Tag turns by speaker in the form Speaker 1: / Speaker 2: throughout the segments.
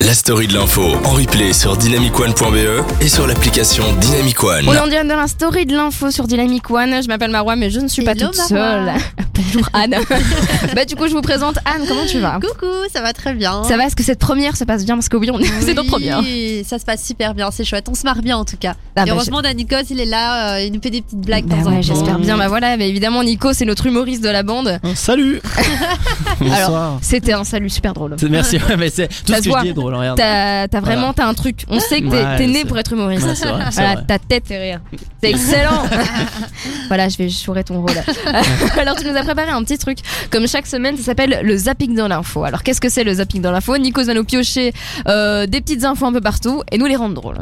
Speaker 1: la story de l'info en replay sur dynamicone.be E et sur l'application Dynamic One.
Speaker 2: On en dit dans la story de l'info sur Dynamic One. Je m'appelle Marois, mais je ne suis pas
Speaker 3: Hello,
Speaker 2: toute seule.
Speaker 3: Marois.
Speaker 2: Bonjour Anne. bah du coup, je vous présente Anne. Comment tu vas
Speaker 3: Coucou, ça va très bien.
Speaker 2: Ça va Est-ce que cette première se passe bien Parce que oui, on... c'est notre première.
Speaker 3: Oui, ça se passe super bien, c'est chouette. On se marre bien en tout cas.
Speaker 2: Ah,
Speaker 3: Et
Speaker 2: bah,
Speaker 3: heureusement, Danikos, il est là, euh, il nous fait des petites
Speaker 2: je-
Speaker 3: blagues. de
Speaker 2: Bah
Speaker 3: temps en
Speaker 2: ouais,
Speaker 3: temps.
Speaker 2: j'espère bien. Bah voilà, mais évidemment, Nico, c'est notre humoriste de la bande.
Speaker 4: Salut Bonsoir
Speaker 2: C'était un salut super drôle.
Speaker 4: C'est- Merci, ouais, mais c'est tout
Speaker 2: Ça
Speaker 4: ce
Speaker 2: se
Speaker 4: que je
Speaker 2: voit.
Speaker 4: dis est drôle, regarde.
Speaker 2: T'as t'as vraiment t'as un truc. On sait que t'es
Speaker 4: Ah Ouais,
Speaker 2: t'es né
Speaker 4: c'est-
Speaker 2: pour être humoriste.
Speaker 4: Ouais, c'est vrai, c'est
Speaker 2: Voilà,
Speaker 4: vrai.
Speaker 2: ta tête fait rire. C'est excellent. voilà, je vais je saurai ton rôle. Alors, tu nous as préparé un petit truc. Comme chaque semaine, ça s'appelle le zapping dans l'info. Alors, qu'est-ce que c'est le zapping dans l'info Nico va nous piocher euh, des petites infos un peu partout et nous les rendre drôles.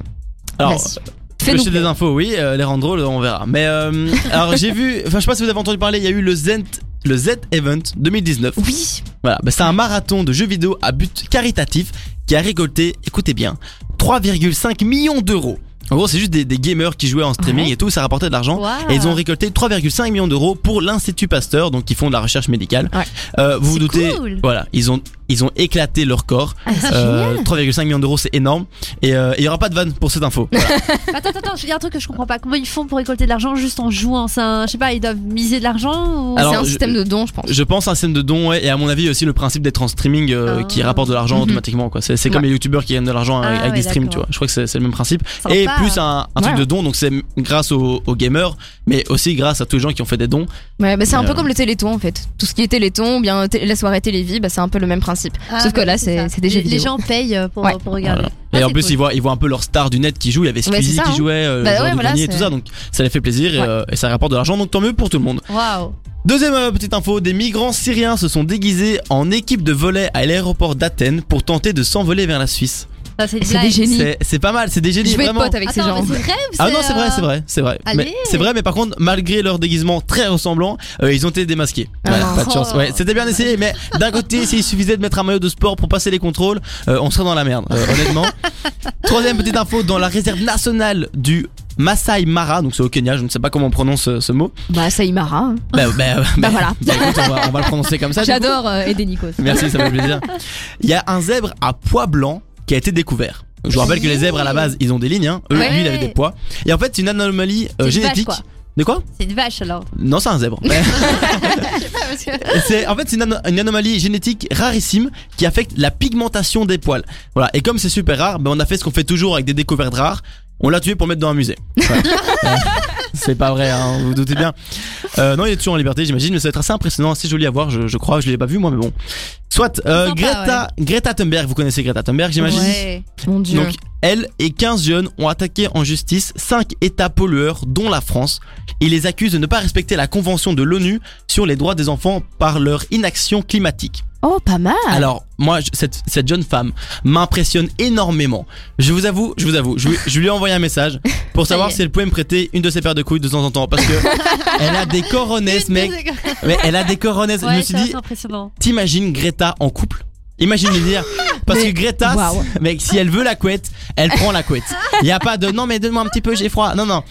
Speaker 4: Alors,
Speaker 2: Vas-y.
Speaker 4: piocher
Speaker 2: plaisir.
Speaker 4: des infos, oui, euh, les rendre drôles, on verra. Mais euh, alors j'ai vu, enfin je sais pas si vous avez entendu parler, il y a eu le Zent, le Z Event 2019.
Speaker 2: Oui,
Speaker 4: Voilà, bah, c'est un marathon de jeux vidéo à but caritatif qui a récolté, écoutez bien, 3,5 millions d'euros. En gros, c'est juste des, des gamers qui jouaient en streaming et tout, ça rapportait de l'argent.
Speaker 3: Waouh.
Speaker 4: Et ils ont récolté 3,5 millions d'euros pour l'Institut Pasteur, donc ils font de la recherche médicale.
Speaker 2: Ouais.
Speaker 4: Euh, vous vous
Speaker 3: C'est
Speaker 4: doutez,
Speaker 3: cool.
Speaker 4: voilà, ils ont, ils ont éclaté leur corps.
Speaker 2: Ah, c'est
Speaker 4: Euh, 3,5 millions d'euros, c'est énorme. Et euh, il y aura pas de vanne pour cette info. Voilà.
Speaker 3: Attends, attends, attends, il y a un truc que je comprends pas. Comment ils font pour récolter de l'argent juste en jouant C'est un- Je sais pas, ils doivent miser de l'argent ou...
Speaker 4: Alors,
Speaker 2: c'est un
Speaker 4: je-
Speaker 2: système de dons, je pense.
Speaker 4: je pense à un scène de don, ouais, et à mon avis aussi le principe d'être en streaming euh,
Speaker 3: Ah.
Speaker 4: qui rapporte de l'argent
Speaker 2: Mhm.
Speaker 4: automatiquement. quoi. C'est c'est comme
Speaker 2: Ouais.
Speaker 4: les youtubeurs qui gagnent de l'argent
Speaker 3: Ah,
Speaker 4: avec, avec
Speaker 3: ouais,
Speaker 4: des streams, tu
Speaker 3: d'accord.
Speaker 4: vois. Je crois que c'est c'est le même principe.
Speaker 3: Sympa.
Speaker 4: Et plus un, un truc
Speaker 2: hein. Ouais.
Speaker 4: de don, donc c'est grâce aux, aux gamers, mais aussi grâce à tous les gens qui ont fait des dons.
Speaker 2: Ouais, bah, c'est un peu
Speaker 4: Euh.
Speaker 2: comme le téléthon en fait. Tout ce qui est téléthon, ou bien té- la soirée télévie, bah, c'est un peu le même principe.
Speaker 3: Ah,
Speaker 2: Sauf que
Speaker 3: bah,
Speaker 2: là,
Speaker 3: ça.
Speaker 2: c'est c'est des
Speaker 3: les,
Speaker 2: jeux
Speaker 3: les
Speaker 2: vidéo.
Speaker 3: gens payent euh, pour,
Speaker 2: Ouais.
Speaker 3: pour regarder.
Speaker 4: Voilà. Et
Speaker 3: Ah,
Speaker 4: en
Speaker 3: c'est
Speaker 4: plus,
Speaker 3: cool.
Speaker 4: ils voient, ils voient un peu leur star du net qui joue. Il y avait
Speaker 2: Ouais,
Speaker 4: Squeezie
Speaker 2: c'est ça,
Speaker 4: qui
Speaker 2: hein.
Speaker 4: jouait, euh,
Speaker 2: Bah
Speaker 4: Jordan
Speaker 2: ouais, voilà,
Speaker 4: Grenier et
Speaker 2: c'est-
Speaker 4: tout ça. Donc, ça les fait plaisir et,
Speaker 2: Ouais.
Speaker 4: euh, et ça rapporte de l'argent. Donc, tant mieux pour tout le monde.
Speaker 3: Waouh.
Speaker 4: Deuxième euh, petite info des migrants syriens se sont déguisés en équipe de volet à l'aéroport d'Athènes pour tenter de s'envoler vers la Suisse.
Speaker 3: Ça, C'est une
Speaker 2: C'est des
Speaker 3: blague.
Speaker 2: génies.
Speaker 4: C'est c'est pas mal, c'est des génies
Speaker 2: Je vais être
Speaker 4: vraiment.
Speaker 2: pote avec ces
Speaker 3: Attends,
Speaker 2: gens.
Speaker 3: mais c'est vrai ou
Speaker 4: Ah non, c'est
Speaker 3: euh,
Speaker 4: vrai, c'est vrai, c'est vrai.
Speaker 3: Allez.
Speaker 4: Mais- C'est vrai, mais par contre, malgré leur déguisement très ressemblant, euh, ils ont été démasqués.
Speaker 2: Ah
Speaker 4: Voilà,
Speaker 2: non.
Speaker 4: pas de chance. Ouais, c'était bien essayé, mais d'un côté, s'il suffisait de mettre un maillot de sport pour passer les contrôles, euh, on serait dans la merde, euh, honnêtement. Troisième petite info, dans la réserve nationale du Masai Mara, donc c'est au Kenya, je ne sais pas comment on prononce euh, ce mot.
Speaker 2: Bah, Saïmara. hein.
Speaker 4: Bah, bah,
Speaker 2: Bah, voilà.
Speaker 4: bah, écoute, on, va, on va le prononcer comme ça. du coup.
Speaker 2: J'adore euh, aider Nico.
Speaker 4: Merci, ça me fait plaisir. Il y a un zèbre à poids blanc qui a été découvert. Je vous rappelle que les zèbres à la base, ils ont des lignes. Hein. Eux,
Speaker 3: Ouais.
Speaker 4: lui, il avait des poids. Et en fait, c'est une anomalie euh,
Speaker 3: C'est une
Speaker 4: génétique.
Speaker 3: vache, quoi.
Speaker 4: De quoi
Speaker 3: C'est une vache alors.
Speaker 4: Non, c'est un zèbre.
Speaker 3: Ah,
Speaker 4: c'est en fait c'est une, ano- une anomalie génétique rarissime qui affecte la pigmentation des poils. Voilà. Et comme c'est super rare, ben on a fait ce qu'on fait toujours avec des découvertes rares. On l'a tué pour le mettre dans un musée. Voilà. Euh, c'est pas vrai, hein, vous vous doutez bien. Euh, non, il est toujours en liberté, j'imagine, mais ça va être assez impressionnant, assez joli à voir. Je, je crois, je l'ai pas vu moi, mais bon. Soit euh,
Speaker 3: Sympa,
Speaker 4: Greta, Greta Thunberg, vous connaissez Greta Thunberg, j'imagine.
Speaker 3: Ouais.
Speaker 2: Mon dieu.
Speaker 4: Donc, elle et 15 jeunes ont attaqué en justice 5 États pollueurs, dont la France. Ils les accusent de ne pas respecter la Convention de l'ONU sur les droits des enfants par leur inaction climatique.
Speaker 2: oh, pas mal.
Speaker 4: Alors, moi, je- cette, cette jeune femme m'impressionne énormément. Je vous avoue, je vous avoue, je, lui- je lui ai envoyé un message pour
Speaker 2: Ça y
Speaker 4: savoir
Speaker 2: est.
Speaker 4: si elle pouvait me prêter une de ses paires de couilles de temps en temps. Parce que elle a des coronets, mec. Mais elle a des coronets. je me
Speaker 3: Ouais,
Speaker 4: suis
Speaker 3: ça,
Speaker 4: dit,
Speaker 3: c'est impressionnant.
Speaker 4: T'imagines Greta en couple Imagine lui dire parce
Speaker 2: Mais-
Speaker 4: que Greta,
Speaker 2: Waouh.
Speaker 4: mec, si elle veut la couette, elle prend la couette. Il y a pas de non mais donne-moi un petit peu, j'ai froid. Non non.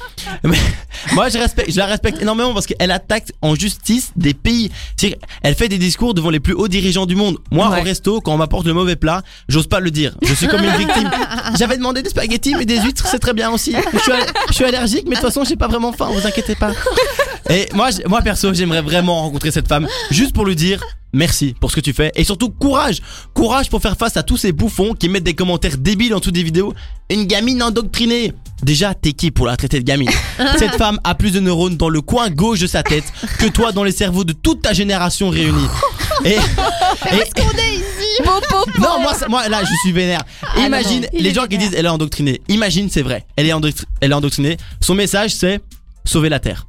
Speaker 4: Mais, moi je respecte, je la respecte énormément parce qu'elle attaque en justice des pays. C'est- Elle fait des discours devant les plus hauts dirigeants du monde. Moi
Speaker 2: Ouais.
Speaker 4: au resto, quand on m'apporte le mauvais plat, j'ose pas le dire. Je suis comme une victime. J'avais demandé des spaghettis mais des huîtres, c'est très bien aussi. Je suis, al- je suis allergique, mais de toute façon j'ai pas vraiment faim. Vous inquiétez pas. Et moi, j- moi perso, j'aimerais vraiment rencontrer cette femme juste pour lui dire merci pour ce que tu fais et surtout courage, courage pour faire face à tous ces bouffons qui mettent des commentaires débiles en dessous des vidéos. Une gamine endoctrinée. Déjà, t'es qui pour la traiter de gamine Cette femme a plus de neurones dans le coin gauche de sa tête que toi dans les cerveaux de toute ta génération réunie. Et, et- non, moi, ça- moi, là, je suis vénère.
Speaker 2: Ah, non,
Speaker 4: Imagine
Speaker 2: non, il
Speaker 4: les
Speaker 2: est
Speaker 4: gens qui
Speaker 2: vénère.
Speaker 4: disent elle est endoctrinée. Imagine, c'est vrai. Elle est, endoctri- elle est endoctrinée. Son message, c'est sauver la terre.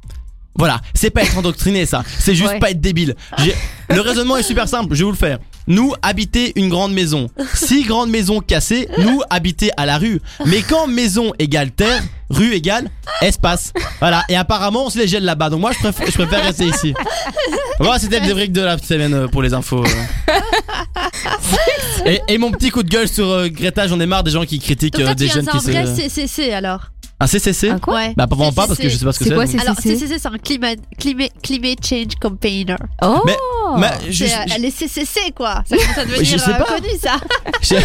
Speaker 4: Voilà, c'est pas être endoctriné, ça. C'est juste
Speaker 2: Ouais.
Speaker 4: pas être débile. J'ai- Le raisonnement est super simple. Je vais vous le faire. Nous habiter une grande maison. Si grande maison cassée, nous habiter à la rue. Mais quand maison égale terre, rue égale espace. Voilà. Et apparemment, on se les gèle là-bas. Donc moi, je préfère, je préfère rester ici. Voilà, c'était le débrick de la semaine euh, pour les infos. euh. Et, et mon petit coup de gueule sur euh, Greta, j'en ai marre des gens qui critiquent
Speaker 3: Donc
Speaker 4: euh,
Speaker 3: toi,
Speaker 4: des
Speaker 3: tu es
Speaker 4: jeunes
Speaker 3: un
Speaker 4: qui se.
Speaker 3: vrai CCC alors.
Speaker 4: Un CCC
Speaker 2: Un Ah, quoi
Speaker 3: ouais.
Speaker 4: Bah, pas vraiment pas
Speaker 3: CCC.
Speaker 4: parce que je sais pas ce que
Speaker 2: C'est
Speaker 4: c'est.
Speaker 2: quoi,
Speaker 4: donc.
Speaker 2: c'est-
Speaker 3: Alors,
Speaker 2: CCC?
Speaker 3: CCC, c'est un climate, climate, climate change campaigner.
Speaker 2: Oh
Speaker 4: Mais- Mais je-
Speaker 3: C'est euh, les CCC, quoi. Ça commence à devenir
Speaker 4: sais
Speaker 3: euh,
Speaker 4: pas.
Speaker 3: connu, ça.
Speaker 4: Je,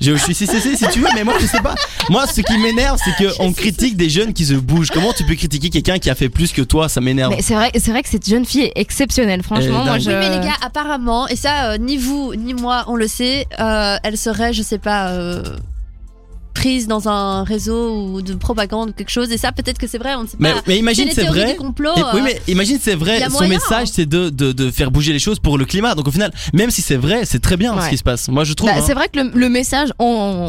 Speaker 4: je- je suis CCC si tu veux, mais moi je sais pas. Moi, ce qui m'énerve, c'est qu'on critique des jeunes qui se bougent. Comment tu peux critiquer quelqu'un qui a fait plus que toi Ça m'énerve.
Speaker 2: Mais c'est vrai, c'est vrai que cette jeune fille est exceptionnelle. Franchement,
Speaker 4: Euh,
Speaker 2: moi
Speaker 4: dingue.
Speaker 2: je.
Speaker 3: Oui, mais les gars, apparemment, et ça, euh, ni vous, ni moi, on le sait, euh, elle serait, je sais pas, euh, prise dans un réseau ou de propagande ou quelque chose. Et ça, peut-être que c'est vrai, on ne sait
Speaker 4: Mais,
Speaker 3: pas.
Speaker 4: mais imagine
Speaker 3: les
Speaker 4: c'est
Speaker 3: théories
Speaker 4: vrai.
Speaker 3: du complot.
Speaker 4: Et- oui,
Speaker 3: euh,
Speaker 4: mais imagine c'est
Speaker 3: y
Speaker 4: vrai.
Speaker 3: a
Speaker 4: Son
Speaker 3: moyen, hein.
Speaker 4: message, c'est de, de, de faire bouger les choses pour le climat. Donc au final, même si c'est vrai, c'est très bien ce
Speaker 2: Ouais.
Speaker 4: qui se passe. Moi, je trouve.
Speaker 2: Bah,
Speaker 4: hein.
Speaker 2: c'est vrai que le, le message en,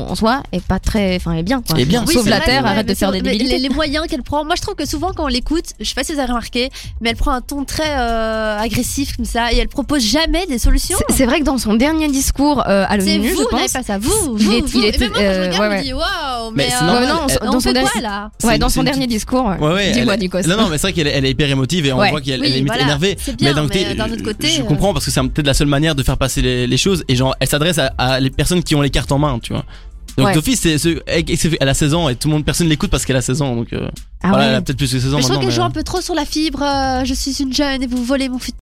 Speaker 2: en soi est pas très. Enfin, est bien. Quoi.
Speaker 4: Est bien,
Speaker 3: Oui,
Speaker 2: Sauve
Speaker 3: c'est
Speaker 2: la
Speaker 3: vrai,
Speaker 2: terre,
Speaker 3: ouais,
Speaker 2: arrête
Speaker 3: mais
Speaker 2: de faire
Speaker 3: sur-
Speaker 2: des
Speaker 3: mais
Speaker 2: débilités.
Speaker 3: Les, les moyens qu'elle prend, moi je trouve que souvent quand on l'écoute, je sais pas si vous avez remarqué, mais elle prend un ton très euh, agressif comme ça et elle propose jamais des solutions.
Speaker 2: C'est- C'est vrai que dans son dernier discours euh, à
Speaker 3: C'est
Speaker 2: l'ONU,
Speaker 3: vous,
Speaker 2: je
Speaker 3: n'avez
Speaker 2: pense.
Speaker 3: pas ça, vous,
Speaker 2: Il
Speaker 3: vous,
Speaker 2: est-
Speaker 3: vous.
Speaker 2: il
Speaker 3: Et
Speaker 2: était-
Speaker 3: même moi, quand je
Speaker 2: euh,
Speaker 3: regarde,
Speaker 2: ouais,
Speaker 3: je me dis waouh,
Speaker 4: Mais
Speaker 3: mais,
Speaker 4: c'est
Speaker 3: euh,
Speaker 4: normal,
Speaker 2: Ouais, non,
Speaker 3: on
Speaker 2: dans
Speaker 3: fait
Speaker 2: son
Speaker 3: quoi
Speaker 2: dernier-
Speaker 3: là
Speaker 4: C'est
Speaker 2: Ouais,
Speaker 4: une-
Speaker 2: dans
Speaker 4: c'est
Speaker 2: son
Speaker 4: une
Speaker 2: dernier discours.
Speaker 4: Ouais, ouais,
Speaker 2: Dis-moi,
Speaker 4: elle-
Speaker 2: Nikos.
Speaker 4: Non, non, mais c'est vrai qu'elle est, elle est hyper émotive et on
Speaker 2: Ouais.
Speaker 4: voit qu'elle
Speaker 3: Oui,
Speaker 4: elle est limite
Speaker 3: voilà.
Speaker 4: énervée.
Speaker 3: C'est bien,
Speaker 4: d'un
Speaker 3: mais d'un autre côté,
Speaker 4: je
Speaker 3: euh,
Speaker 4: comprends parce que c'est un- peut-être la seule manière de faire passer les, les choses. Et genre, elle s'adresse à, à les personnes qui ont les cartes en main, tu vois. Donc
Speaker 2: Ouais.
Speaker 4: d'office, c'est, c'est- elle a 16 ans et tout le monde, personne l'écoute parce qu'elle a 16 ans. Donc euh,
Speaker 2: Ah
Speaker 4: voilà,
Speaker 2: ouais.
Speaker 4: elle a peut-être plus que 16 ans
Speaker 3: Mais je trouve
Speaker 4: maintenant.
Speaker 3: qu'elle
Speaker 4: mais- euh,
Speaker 3: euh, joue un peu trop sur la fibre, euh, je suis une jeune et vous volez mon futur.